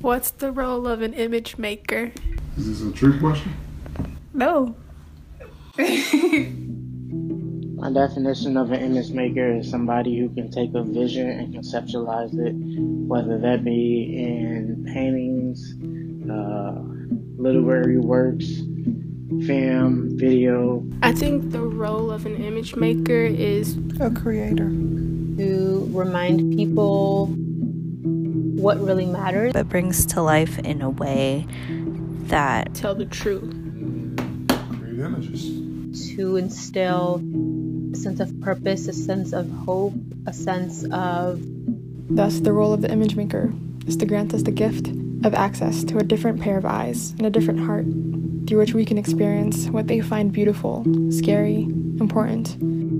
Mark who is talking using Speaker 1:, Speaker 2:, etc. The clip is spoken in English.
Speaker 1: What's the role of an image maker?
Speaker 2: Is this a trick question?
Speaker 1: No.
Speaker 3: My definition of an image maker is somebody who can take a vision and conceptualize it, whether that be in paintings, uh, literary works, film, video.
Speaker 1: I think the role of an image maker is
Speaker 4: A creator.
Speaker 5: to remind people what really matters.
Speaker 6: but brings to life in a way that
Speaker 1: tell the truth.
Speaker 2: Create images.
Speaker 5: to instill a sense of purpose, a sense of hope, a sense of
Speaker 4: Thus, the role of the image maker is to grant us the gift of access to a different pair of eyes and a different heart through which we can experience what they find beautiful, scary, important,